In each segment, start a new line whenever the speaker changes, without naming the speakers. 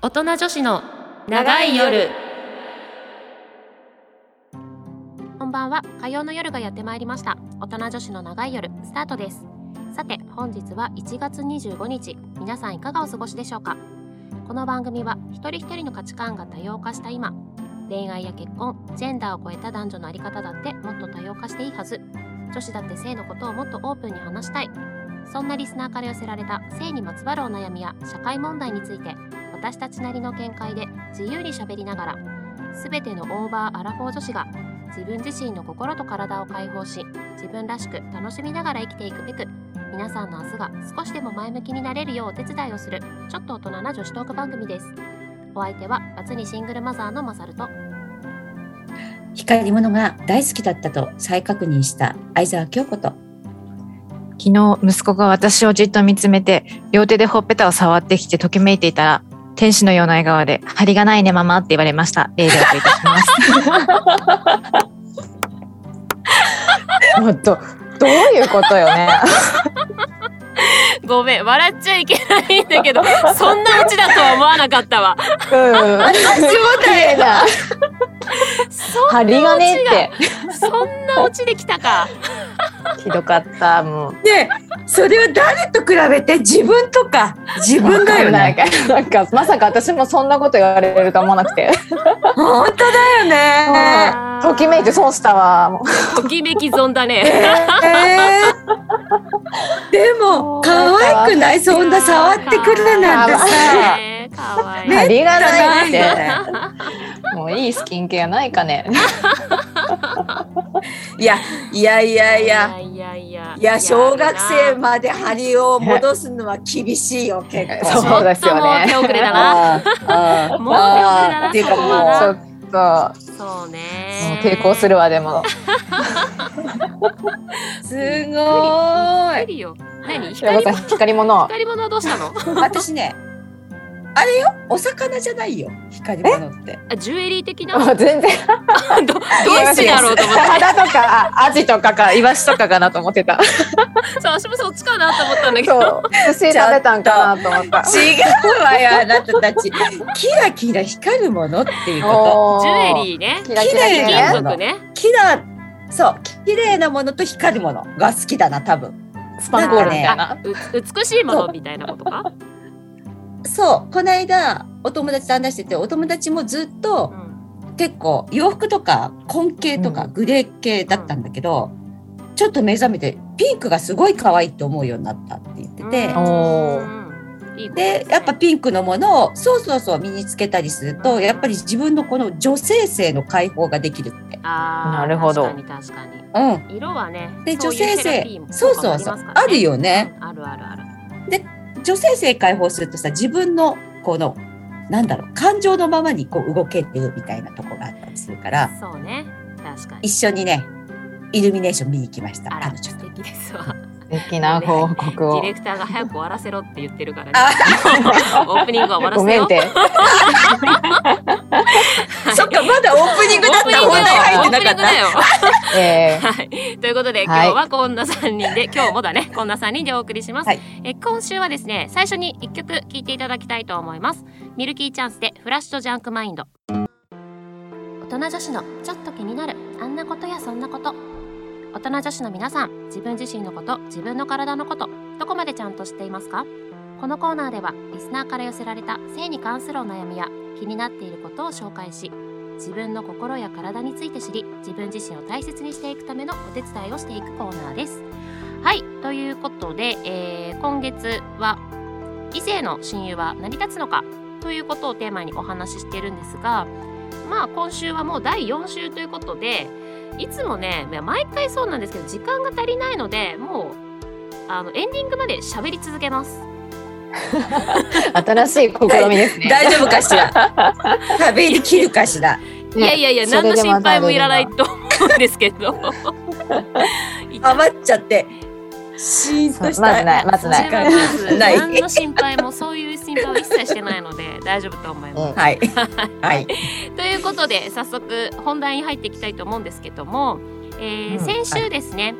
大人女子の長い夜こんばんは火曜の夜がやってまいりました大人女子の長い夜スタートですさて本日は1月25日皆さんいかがお過ごしでしょうかこの番組は一人一人の価値観が多様化した今恋愛や結婚ジェンダーを超えた男女のあり方だってもっと多様化していいはず女子だって性のことをもっとオープンに話したいそんなリスナーから寄せられた性にまつわるお悩みや社会問題について私たちなりの見解で自由に喋りながら全てのオーバーアラフォー女子が自分自身の心と体を解放し自分らしく楽しみながら生きていくべく皆さんの明日が少しでも前向きになれるようお手伝いをするちょっと大人な女子トーク番組ですお相手はバツにシングルマザーのマサルと
光り物が大好きだったと再確認した相沢京子と
昨日息子が私をじっと見つめて両手でほっぺたを触ってきてときめいていたら天使のような笑顔で「張りがないねママ」って言われました例でお送りいたします
本当どういうことよね。
ごめん笑っちゃいけないんだ けどそんなうちだとは思わなかったわ
うん。
私もだよな
針金って
そんなオチできた か
ひどかったもう
ねえそれは誰と比べて自分とか自分だよ
なん
ね
かなんかまさか私もそんなこと言われると思わなくて。
本当だよ ね
ときめいて損したわ。もう
ときめき損だ
え
ね
ーでも可愛くないそんな触ってくるなんてさ
ねかわいい
ね
針がないっ
めっ
て。
たたないよね
もういいスキンケアないかね。
いやいやいやいや
いやいや
いや小学生まで針を戻すのは厳しいよ結構
そうですよね
ちょっともう手遅れだ な
あーあー
もう手遅れだな
あーっていうか
そこはな
もう
ちょっとも
そう
う
ね
抵抗するわでも。
す
び
ご
っく。
い
りよ何
それこ
光
そ
り
光り物。
光り物はどうしたの
私ね、あれよ、お魚じゃないよ、光り物って。
あジュエリー的な
もう全然
どどっちだろうと思って
肌とかあアジとかかイワシとかかなと思って た。
そう私もそっちかなと思ったんだけど
そう寿司食べたんかなと思った。
違うわ よ、あなたたち。キラキラ光るものっていうこ
おー
ジュエリーね
キラキラ
綺
金
麗
ね。
属ね
と。キラ、そう、綺麗なものと光るものが好きだな、多分。
スパンコールみたい
あ
な。
う美しいものみたいなことか
そう、この間、お友達と話してて、お友達もずっと
うん
結構洋服とか紺系とか
うん
グレー系だったんだけど、ちょっと目覚めてピンクがすごい可愛いと思うようになったって言ってて。
うん
お
いいこと
で
ね
やっぱピンクのものをそうそうそう身につけたりするとやっぱり自分のこの女性性の解放ができるって。
あー
なるほど
確かに確かに
うん、
色はね
で
そう
女
いうセ
性
ラ
性
ピーも
そう
効果も
そうそ
りま
う
すから
あるよね。
うんあるあるある
女性性解放するとさ自分のこのなんだろう感情のままにこう動けてるみたいなとこがあったりするから
そうね確か
一
に
緒にねイルミネーション見に行きました
あ
彼
ら
女
素
と。
敵です わ
素敵なご報告
ディ
を。
レクターが早く終わらせろって言ってるからね
あ
オープニングは終わらせ
ご
よ
めんって。
はい
そっかまだオープニングだ
オ
っ
ープニン
た
グ
本題入ってなかった。
よ
えー
はい、ということで今
はい
日はこんな3人で、今日もだねこんな3人でお送りします、
はい
え今週はですね最初に1曲聴いていただきたいと思いますミルキーチャンスでフラッシュとジャンクマインド大人女子のちょっと気になるあんなことやそんなこと大人女子の皆さん自分自身のこと自分の体のことどこまでちゃんと知っていますかこのコーナーではリスナーから寄せられた性に関するお悩みや気になっていることを紹介し自分の心や体について知り自分自身を大切にしていくためのお手伝いをしていくコーナーです。はいということで、えー今月は「異性の親友は成り立つのか?」ということをテーマにお話ししてるんですがまあ今週はもう第4週ということでいつもねいや毎回そうなんですけど時間が足りないのでもうあのエンディングまで喋り続けます。
新しい試みですね。
大丈夫かしら 食べに切るかしら
いやいやいや
それ
何
で
の
また
心配もいらないと思うんですけど。いた
余っちゃってシーンとし
そうまずな
た
いまずな
時
い
それ
間
は
が
まず
ない
何の心配もそういう心配を一切してないので大丈夫と思います。
はい。はい。
ということで早速本題に入っていきたいと思うんですけども、えー
うん
先週ですね、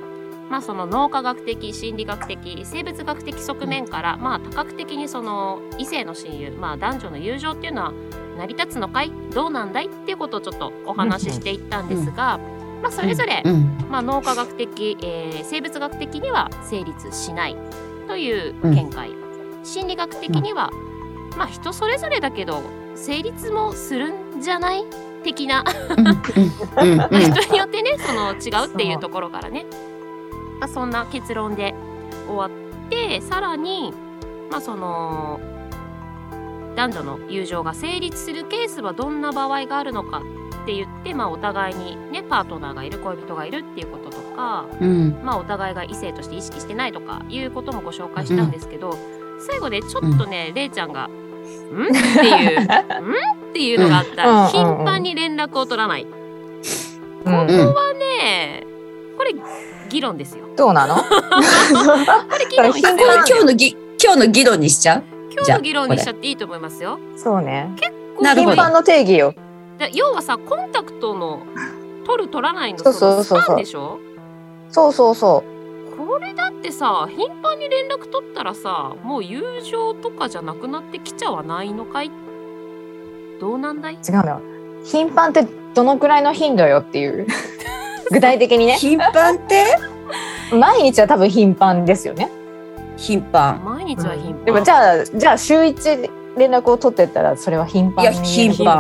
まあ、その脳科学的心理学的生物学的側面から、まあ、多角的にその異性の親友、まあ、男女の友情っていうのは成り立つのかいどうなんだいっていうことをちょっとお話ししていったんですが、まあ、それぞれ、
うん
まあ、脳科学的、えー生物学的には成立しないという見解、心理学的には、まあ人それぞれだけど成立もするんじゃない的な
うんうん
まあ 人によってねその違うっていうところからねまあ、そんな結論で終わってさらに、まあ、その男女の友情が成立するケースはどんな場合があるのかって言って、まあ、お互いに、ね、パートナーがいる恋人がいるっていうこととか、
うん
まあ、お互いが異性として意識してないとかいうこともご紹介したんですけど、最後でちょっとね、れいちゃんが「ん?」っていう「ん?」っていうのがあった
うんうん
ら頻繁に連絡を取らない。
うん
うん
ねえこれ議論ですよ。
どう なの
これ議論必要
これ
な
今
んだよ
日のぎ今日の議論にしちゃう
今日の議論にしちゃっていいと思いますよ。
そうね。
なる
頻
ほど
繁の定義よ。
だ要はさコンタクトの取る取らないの
そうそう
そのスパ
そうそ
ン
う
でしょ
そうそうそ
これだってさ頻繁に連絡取ったらさもう友情とかじゃなくなってきちゃわないのかいどうなんだい
う。違うのよ。頻繁ってどのくらいの頻度よっていう。具体的にね。
頻繁って
毎日は多分頻繁ですよね。
頻繁
毎日は頻繁。
でもじゃあ、じゃあ週一連絡を取ってたら、それは頻繁に言える。
いや頻
頻
繁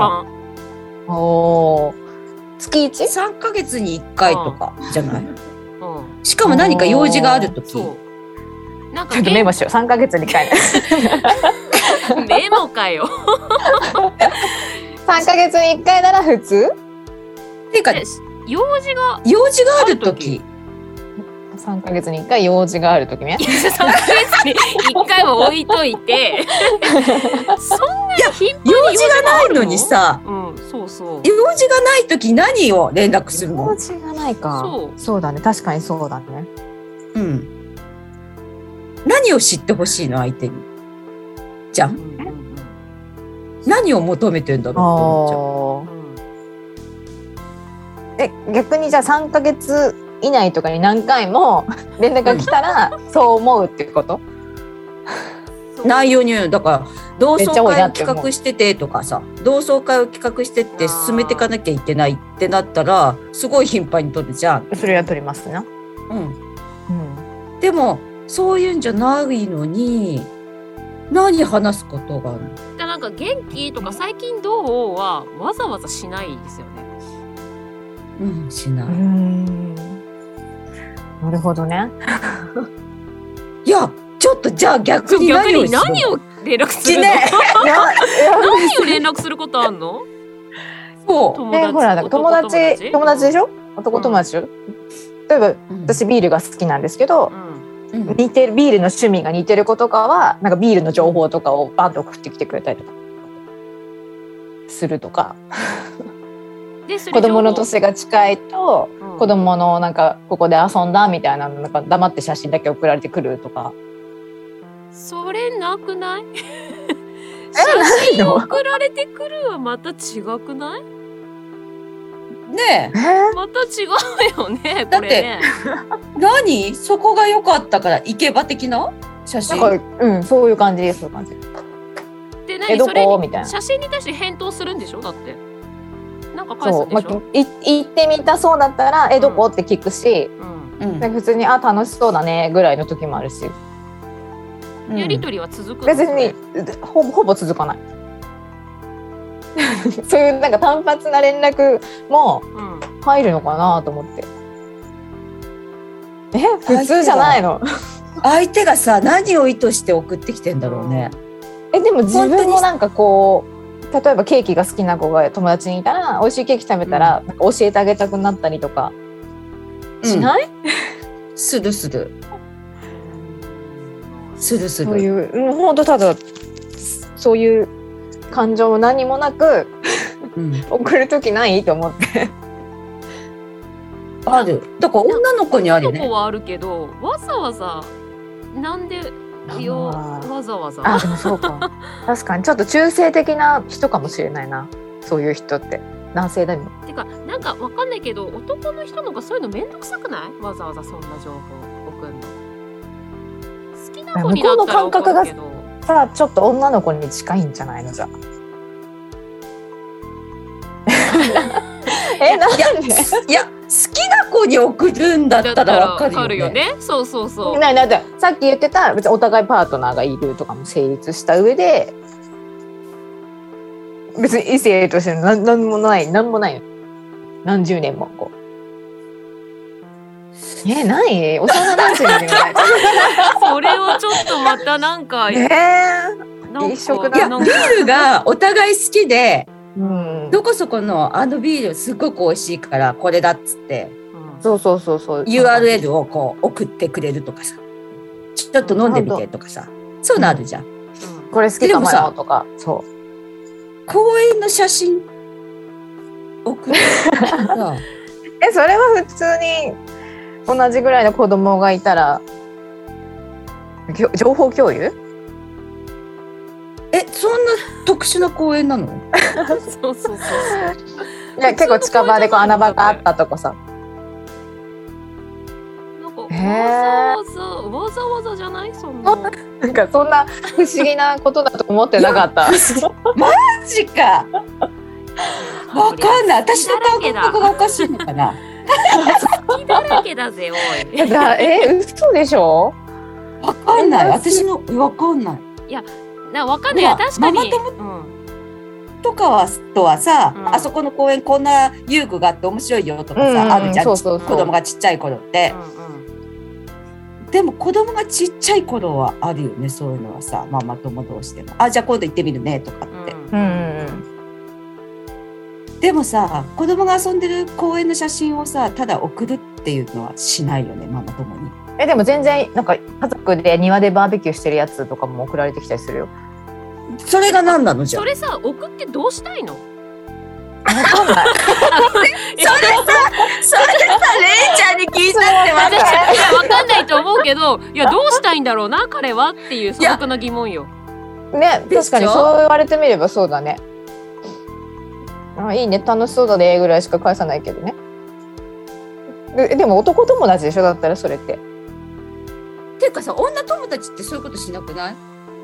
繁
おお。月一。
3ヶ月に1回とかじゃない
うん
しかも何か用事がある時
そうなん
ち
か
ょっとメモしよう。三ヶ月に一回。
メモかよ
三ヶ月に一回なら普通。
ていうか
え用事が
用事がある時
三ヶ月に一回用事がある時ね。
3ヶ月に1回は置いといてそんなに頻繁に
用事がない
る
のにさ
うんそうそう
用事がない時何を連絡する
用
の
事がないか。。
そう
そうだね。確かにそうだね。
うん何を知ってほしいの相手にじゃ
うんんうん
何を求めてんだろうと思っ
ああ。え逆にじゃあ3ヶ月以内とかに何回も 連絡が来たらそう思うってこと
う
ちゃう内容によるだから同窓
めっちゃ多い
会
な
を
って思う
企画しててとかさ同窓会を企画してって進めていかなきゃいけないってなったらすごい頻繁に取るじゃん。
それは取りますな。
うん
うん、
でもそういうんじゃないのに何話すことがあるの
だからなんか元気とか最近どうはわざわざしないですよね。
うんしない、
んなるほど ね。
いやちょっとじゃあ逆
逆
に何を
に
しろ
何を連絡す
し
るの？
ね
何を連絡することあんの？
そう、
友
え
達
ほらだから友達友達でし
ょ？
ょ男友達でしょ、例えば私ビールが好きなんですけど
う、ん
うん
似てるビールの趣味が似てる子とかはなんかビールの情報とかをバンと送ってきてくれたりとかするとか
でそれ
子供の
情報
年が近いと
うん
子供のなんかここで遊んだみたいななんか黙って写真だけ送られてくるとか
それなくない？
え
写真送られてくるはまた違くない？
ねえ
また違うよね
だ
こ
って
れね。
何そこが良かったからイケバ的な写
な
真
んかうんそういう感じですそういう感じ
で
え
何
ど
それ
こ
に
みたいな
写真に対して返答するんでしょだって。なんか返
そ
す、
うん
で
まあ
しょ？、
い行ってみたそうだったら
う
え
ん
どこって聞くし、
うん
うん
なんか普通にあ楽しそうだねぐらいの時もあるし
うん
やりとりは続くの
別にほぼほぼ続かない そういうなんか単発な連絡も
うん
入るのかなと思ってえ普通じゃないの
相手がさ何を意図して送ってきてんだろうね、
えでも自
本当
分
に
もなんかこう例えばケーキが好きな子が友達にいたら美味しいケーキ食べたら、なんか教えてあげたくなったりとか
うん
しない、
するするするす
そういう
る
うん本当ただそういう感情も何もなく
うん
送る時ないと思って
あるだから女の子にあるよ
男
ね
はあるけどわざわざなんでよ
あー
わざわざ
あでもそうか 確かにちょっと中性的な人かもしれないなそういう人って男性だよ
てかなんかわかんないけど男の人の方がそういうの面倒くさくないわざわざそんな情報くんの好きな
まあ
子にな
向こ
っ
うの
たら
感覚が
怒るけど
さあちょっと女の子に近いんじゃないの じゃあえなんで
いや、好きな子に送るんだったらわか
わ
るよね。
ねそうそう そう
ないないだってさっき言ってた別にお互いパートナーがいるとかも成立した上で別に異性としてのなんなんもないなんもない何十年もこう。え、ない幼馴染みみたい
それをちょっとまたなんか
な。ね
なん
一色
か
だ
いや、
な
ビ
んか
ールがお互い好きで、
え。うん。
どこそこのあのビールすごく美味しいからこれだっつって
うん
そうそうそうそう。
URL をこう送ってくれるとかさちょっと飲んでみてとかさそういうのあるじゃん、
うん
これ好き
で
か
も
も
さ
よとか。そ
公園の写真送るさ
う。え、それは普通に同じぐらいの子供がいたらぎょ情報共有？
えそんな特殊な公園なの
そうそうそうそう
いや結構近場でこう穴場があったとかさ。
なんか
へー
わざわざわざわざじゃないそんな
なんかそんな不思議なことだと思ってなか った。
マジかわかんない私の感覚がおかしいのかな
好きだらけだぜおい
いやだえ嘘でしょ？
わかんない私のわかんない
なわかんない
ほら
確かに
ママ友
うん
とかはとはさ、
うん
あそこの公園こんな遊具があって面白いよとかさ、
うん
あるじゃん
そうそうそう
子供がちっちゃい頃って、
うん
でも子供がちっちゃい頃はあるよねそういうのはさママ友同士でも「あじゃあ今度行ってみるね」とかっ
うん
て、
うん
うん。
でもさ子供が遊んでる公園の写真をさただ送るっていうのはしないよねママ友に。
えでも全然なんか家族で庭でバーベキューしてるやつとかも送られてきたりするよ。
それが何なのじゃ
それさ送ってどうしたいの
わかんない。
それさレイちゃんに聞いたって
いやわかんないと思うけどいやどうしたいんだろうな彼はっていう素朴な疑問よ
ね
でしょ
確かにそう言われてみればそうだね。あいいね楽しそうだねぐらいしか返さないけどね。ででも男友達でしょだったらそれって。
っていうかさ女友達ってそういうことしなくない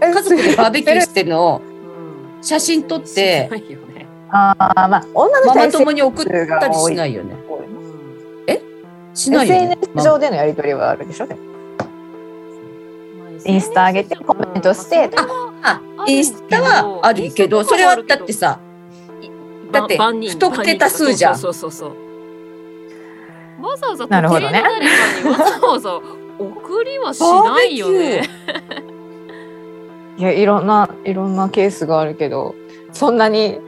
え
家族でバーベキュ
する
ーしてるのを
うん
写真撮って
しないよね
あーまあ女の人
マ
は
マ
SNS
友に送ったりしないよね。
うん
しないよね。
上でのやり取りはあるでしょ。でも
まあ
インスタ上げてコメントして
うんま
あ
ある
インスタはあるけ
イ
ど
ンスタと
それ
かはあ
は
るけど
だって
あ
さだって
万人
不特定多数じゃん
そうそうそうそうわざわざ
なるほどね
特定の誰かにわざわざ送りはしないよね
いやいろんないろんなケースがあるけどそんなに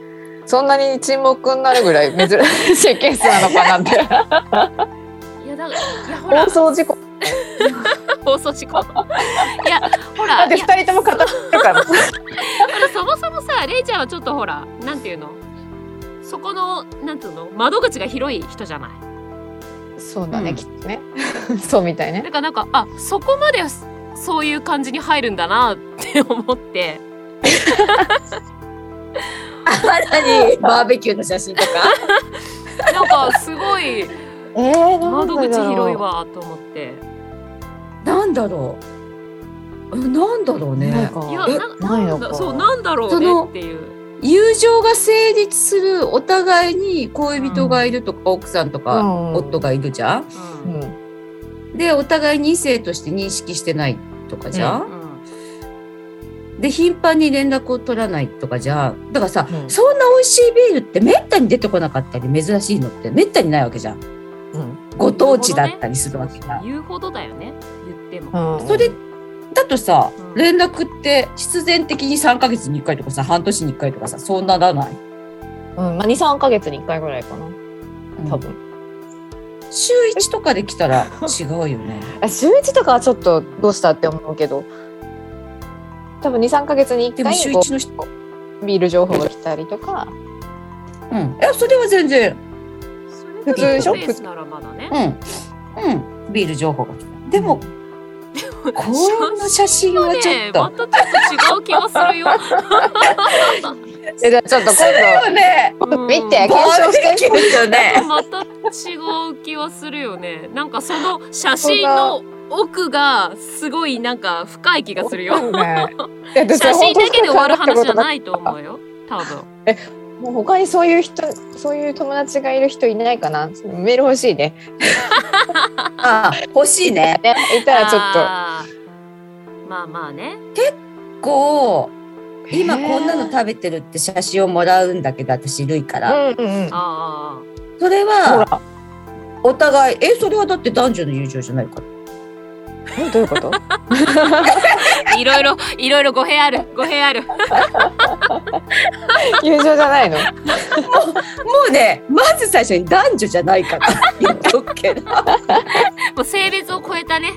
そんなに沈黙になるぐらい珍しいケースなのかなって。
いやだからいやほら
放送事故
放送事 故いやほ
だ
ら
って
いや
二人とも語ってるから。
そもそもさレイちゃんはちょっとほらなんていうのそこのなんていうの窓口が広い人じゃない
そうだ
う
ね
ん
きっとね。 そうみたいね
だ。からなんかあそこまでそそういう感じに入るんだなって思って
何バーベキューの写真とか。
なんかすごい
えー、なん
窓
で
口
だろう
広い。わと思って
なんだろう。えなんだろう
なん
ね。
か
いや
え
な
ないの
な
か。
そうなんだろう
その
ねっていう
友情が成立するお互いに恋人がいるとか、奥さんとか、
うん
夫がいるじゃん。
う
うんん。
でお互いに異性として認識してないとかじゃん。で頻繁に連絡を取らないとかじゃん。だからさ、
うん
そんな美味しいビールってめったに出てこなかったり珍しいのってめったにないわけじゃん。
うん。
ご当地だったりするわけじゃん。
言うほどだよね言っても、
うん
それだとさ
うん
連絡って必然的に3ヶ月に1回とかさ半年に1回とかさそうならない
うん、まあ二三ヶ月に一回ぐらいかな。多分。
週1とかで来たら違うよね
あ週一とかはちょっとどうしたって思うけど。多分二三ヶ月に一
でも
回
週
こ
1の人う
うビール情報が来たりとか。
んいやそれは全然
それ
普通でしょ
ベースならまだね
うんうんビール情報が来たでも公園の
写
写真
真は
は
ね
ちょ
ま
っと
たちょっと違う気がするよ。
え、じゃあちょっと
それ
今
はね
う
度
ん
見て検証して。
ューよね
また違う気はするよね。なんかその写真の奥がすごいなんか深い気がするよ。
ね、だってそ
写
れ
真だけで終わる話じゃ
本
ないと思うよ。多分。
当にもう他にそういう人そういう友達がいる人いないかなメール欲しいね
あー欲しいね。
ねいたらちょっと
あーまあまあね。
こう今こんなの食べてるって写真をもらうんだけど私ルイから、
うんうんうん
あ
それ
ほ
は
ら
お互いえそれはだって男女の友情じゃないから
えどういうこと
あ。いろいろいろいろ語弊ある語弊ある。
友情じゃないの
もうねまず最初に男女じゃないから言っとくけど
もう性別を超えたね。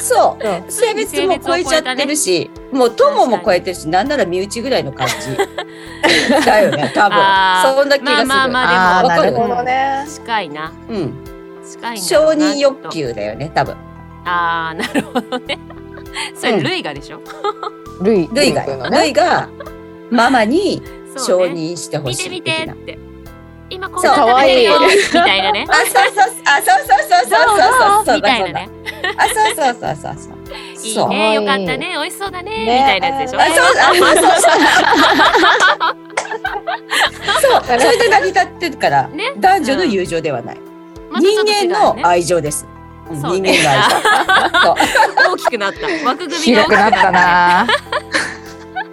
そう
そう
性別も超えちゃってるし、もう友も超えてるしなんなら身内ぐらいの感じだよね多
あー
分そんな気がする、
まあまあま
あー
あ
わか
な
る
るほどね
近いな
うん、
近いな。
承認欲。求だよね多分
ああなるほどね。 それ
うん
ルイがでしょ。
ルイ
ルイが
ルイ君の
ル
ね
イがママに承
そうね
認してほ
見
しい
て見て
的な
って。今こんな食べてるよ
そう可愛い
みたいなね。
あそうそうそうあそうそうそうそうそうそうそう
みたいなね。
あそうそうそうそうそう
い
そ
いうね、よかったね、美味しそうだね、みたいなやつでしょ。
あそうあそうそうそうそうそ
なるほど
れで成り立ってるから、
ね
男女の友情ではない、
またちょっと違う
人間
ね
の愛情です、うん
そう
人
ね
間の愛 情
大きくなった。枠組みが大き
広く
くな
な
っ
ったた
ね。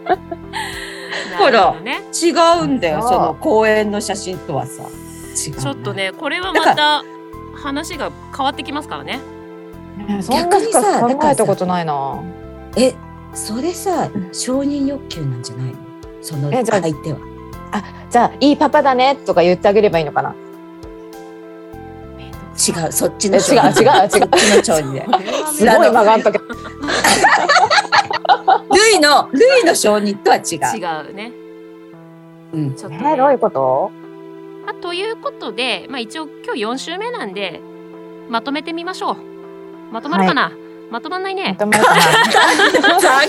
な
ほら
なるほどね。
違うんだよ
そう
その公園の写真とはさ違う
ちょっとね、これはまた話が変わってきますからね。
そんな深く考えたことないな
えそれさ承認欲求なんじゃないのその
え
相
じゃあ
手は
じゃあいいパパだねとか言ってあげればいいのかな
違うそっちの
え違う 違う違う
そっちの承認で
すごい曲がんとけ
ルイのルイの承認とは違う
違うね。
うん
ちょっと、
えどういうこと
まあということで、まあ一応今日四週目なんで、まとめてみましょう。まとまるかな、まとまんないね。
まとまるか
ざっ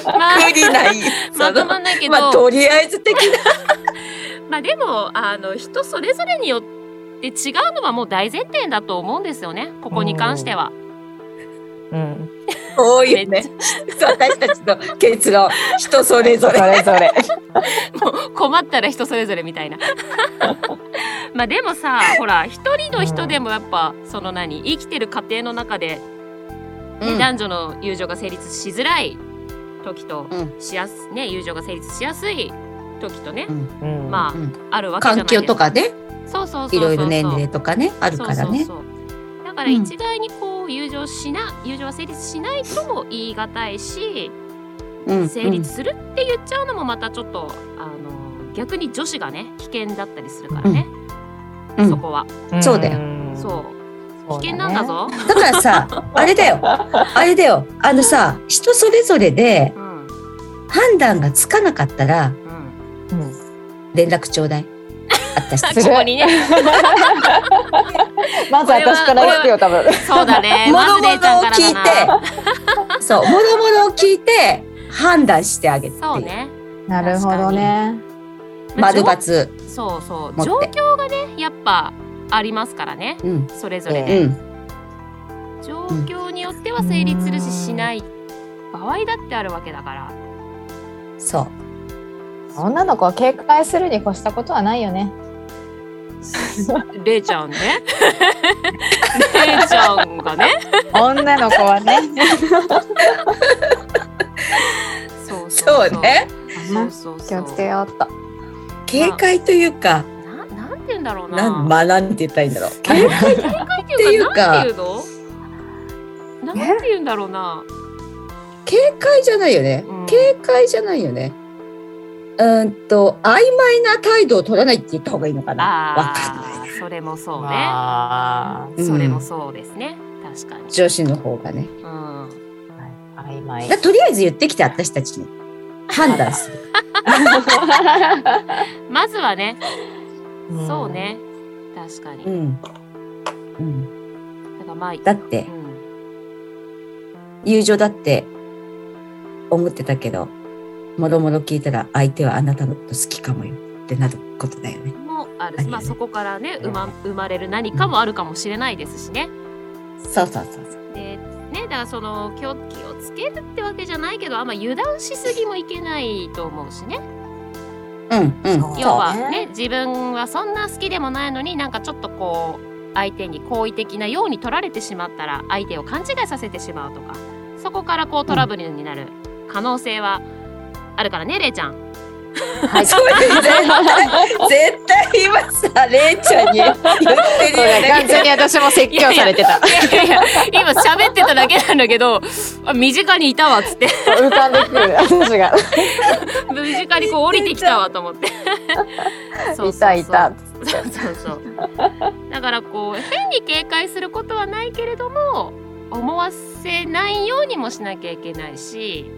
くりない
ま
そ
と
の
まんないけど、
まあとりあえず的な
まあでもあの人それぞれによって違うのはもう大前提だと思うんですよねここに関しては。
なうん
多いよね 私たちの結論人それぞ
そ
れ
れぞれ
もう困ったら人それぞれみたいな。 まあでもさほら一人の人でもやっぱその何生きてる過程の中で、ね
うん
男女の友情が成立しづらい時と、
うん
しやすね友情が成立しやすい時とね、
うん
まあ、
うん
あるわけじゃな
環
いです
境とかね
そうそうそうそう
いろいろ年齢とかねあるからね
そうそうそうだから
うん
一概にこう友情しな、友情は成立しないとも言い難いし、
うん
成立するって言っちゃうのもまたちょっとあの逆に女子がね危険だったりするからね、
うん
そこは、
うん
そうだよ
そう
そう
危険なんだぞ、
だか らさあれだよあれだよあのさ人それぞれで
うん
判断がつかなかった
う
ら
ん、
だねうん
連絡ちょうだい私た
さ
ち
あここにね
まず私から言ってよ多 分
そうだ ね
も
ま
ろ
ず
も
レイちゃん
ろを
から
聞い
だな
て そうもろもろを聞いて判断してあげるって
そう
いう
ね
なるほどね
丸
まあ
抜
じょそうそう
持
状
って
況がねやっぱありますからね
うん
それぞれ
え
ね
え
うん
状況によっては成立するししない場合だってあるわけだから
そう
女の子は警戒するに越したことはないよね
れいちゃんね れいちゃんがね
女の子はね
そう
そうね
そうそうそう
気をつけようっと
警戒というか
ななんて言うんだろうな
なん学んで言ったらいいんだ ろう
警戒警戒っていうかなん
って
い
ていう
のなんて言うんだろうな
警戒じゃないよね
うん
警戒じゃないよねうーんと曖昧な態度を取らないって言った方がいいのかなわかんない
ああそれもそうね
あ
うん
それもそうですね確かに
女子の方がね
うん
ー曖昧
だとりあえず言ってきて私たちに判断する。
まずはね
ん
そうね確かに
んうん、
だからまあ
だっ
う
て
ん
友情だって思ってたけどもろもろ聞いたら相手はあなたのこと好きかもよってなることだよね。
もある
あ
し、
りえない
まあ、そこからね生ま生まれる何かもあるかもしれないですしね。
そうそうそうそう。
でねなその気を気をつけるってわけじゃないけどあんま油断しすぎもいけないと思うしね
うんうん
そう
要はね自分はそんな好きでもないのになんかちょっとこう相手に好意的なように取られてしまったら相手を勘違いさせてしまうとかそこからこうトラブルになる可能性はあるからねれいちゃん。
はい
そういう絶対絶対今されいちゃんに言ってる
そう
よ
だ
ね
完全に私も 説教されてた
いやいやいや今喋ってただけなんだけどあ身近にいたわっつって
浮かんでくる私が
身近にこう降りてきたわと思 って。そうそう
い
そう
たいた
そうそうそう。だからこう変に警戒することはないけれども思わせないようにもしなきゃいけないし、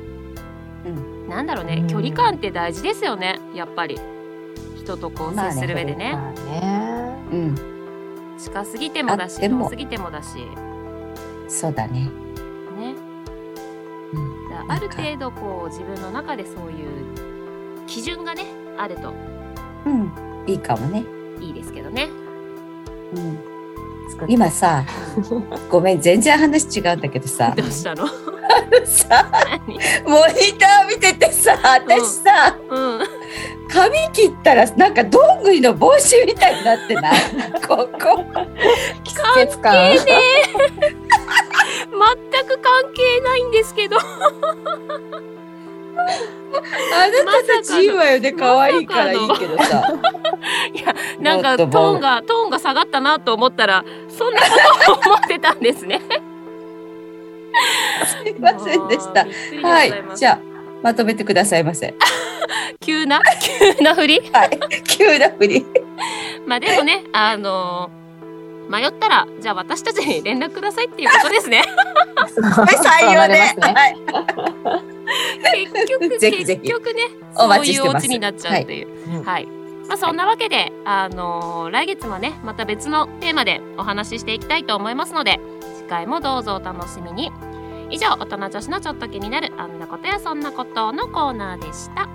う
なんだろう
う
ね
ん
距離感って大事ですよねやっぱり人とこう接する上でね,、
まあね
うん
近すぎてもだし
あでも
遠すぎてもだしね。
そうだね
だから
な
あ
んか
る程度こう自分の中でそういう基準がねあると
うんいいかもね
いいですけどね。
うん今さごめん全然話違うんだけど さ
どうしたの？
さ
何
モニター見ててさ私さ、
うん。
髪切ったらなんかどんぐりの帽子みたいになってないここ
季節感
全く関係ないんです けど。
あなたたちいいわよね
まさかの
可愛いからいいけどさ
いやなんか
も
ト
っとも
ーンがトーンが下がったなと思ったらそんなことを思ってたんです ね。
すいませんでし
あー
た
びっくりでござ
は
います
いじゃあまとめてくださいませ
急な急な振り。
はい急なふり
まあでもねあのー迷ったらじゃあ私たちに連絡くださいっていうこと ですね。
採
そうなり
用で、
ますね
はい、
結局
ぜひぜひ
結局ね
お
そう
待ち
い
し
う
て
お
ます
家になっちゃうという。はい。まあそんなわけで、あのー来月もねまた別のテーマでお話ししていきたいと思いますので次回もどうぞお楽しみに。以上大人女子のちょっと気になるあんなことやそんなことのコーナーでした。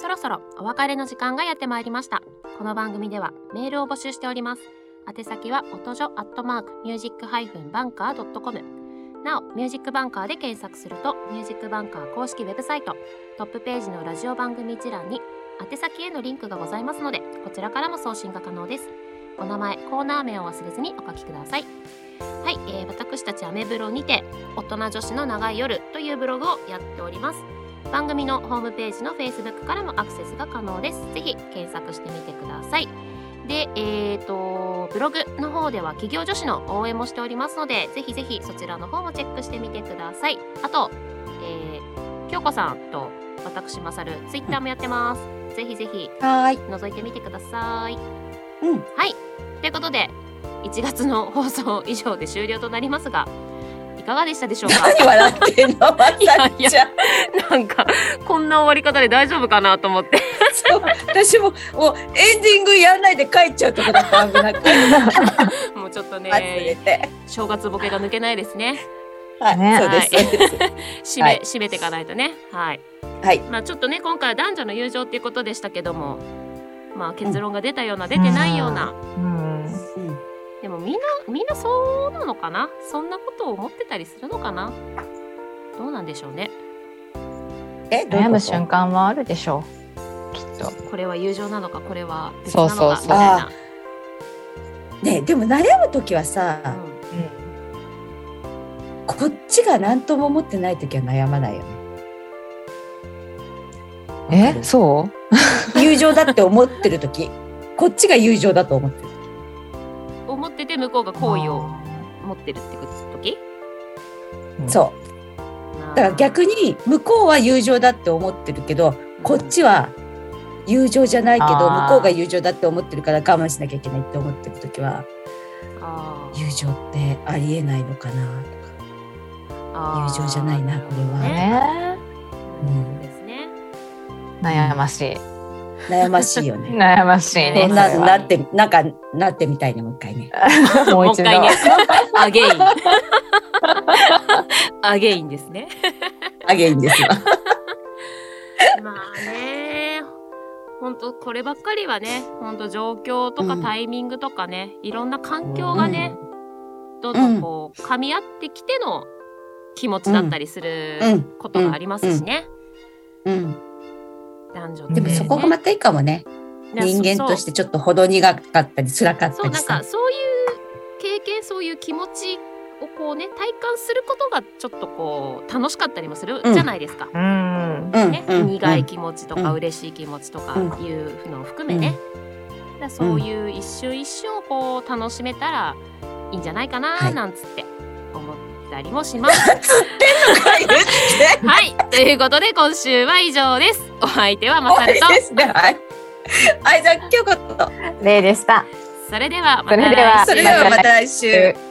そろそろお別れの時間がやってまいりました。この番組ではメールを募集しております。宛先は音女アットマークミュージックハイフンバンカードットコム。なお、ミュージックバンカーで検索すると、ミュージックバンカー公式ウェブサイト、トップページのラジオ番組一覧に宛先へのリンクがございますのでこちらからも送信が可能ですお名前コーナー名を忘れずにお書きくださいはい、えー私たちアメブロにて大人女子の長い夜というブログをやっております番組のホームページの Facebook からもアクセスが可能ですぜひ検索してみてくださいで、えー、とブログの方では企業女子の応援もしておりますのでぜひぜひそちらの方もチェックしてみてくださいあと、えー、京子さんと私まさるツイッターもやってます。ぜひぜひ
はーい
覗いてみてください。
うん
はい。ということで1月の放送以上で終了となりますが、いかがでしたでしょうか。
何笑ってんのまさ
いや
ち
い
ゃん
なんかこんな終わり方で大丈夫かなと思って。
そう私ももうエンディングやんないで帰っちゃうとこだった危なく
もうちょっと
忘れ
ね、
て、
正月ボケが抜けないですね。
はい、
ね
そうです、
はい
そうで
締
す
め、
はい
締めていかないとね。はい。
はい
まあちょっとね今回は男女の友情っていうことでしたけども、まあ結論が出たような、出てないような。
うん
うん
でもみんなみんなそうなのかなそんなことを思ってたりするのかなどうなんでしょうね
えどうい
悩
うこ
む
と
瞬間はあるでしょうきっと
これは友情なのかこれは別
そ
な
う
の
そう
か
そう
みたいな
ねでも悩む時はさこっちが何とも思ってない時は悩まないよねわか
え
る
そ
友情だって思ってる時こっちが友情だと思ってる
うん思ってて向こうが
う
好意を持ってるって時
そうだから逆に向こうは友情だって思ってるけどこっちは友情じゃないけど
あー
向こうが友情だって思ってるから我慢しなきゃいけないって思ってる時は
あー
友情ってありえないのかなとか
あー
友情じゃないなこれは
ね
ね
うん
ですね
悩ましい
悩ましいよね。
悩ましい
そ
ね
う
な
それは
なってなんかなってみたいねもう一回ね。
もう
もう
一
一
度
回ねア ゲインアゲインですね
あげいん ですよ。
まあね本当こればっかりはね本当状況とかタイミングとかね、いろんな環境がね、人とこう噛み合ってきての気持ちだったりする
うん。
ことがありますしね、
うん。
男女ってね
でもそこがまたいいかもね。
ね
人間としてちょっとほど苦かったり辛かっ
そ
た
う
り
なんか
さ。
そういう経験そういう気持ちをこうね体感することがちょっとこう楽しかったりもするじゃないですか、
うん。
うん
ね
うん
苦い気持ちとか、
うん
嬉しい気持ちとか
う
いうのを含めね、だからそういう一瞬一瞬をこう楽しめたらいいんじゃないか
は
ないなんつって思ったりもし ます。はい、ということで今週は以上です。お相手はまさると
終わりですね。はい。はい、じゃあ今日こと。
例でした。
それではまた
それでは
来週
それではまた来週。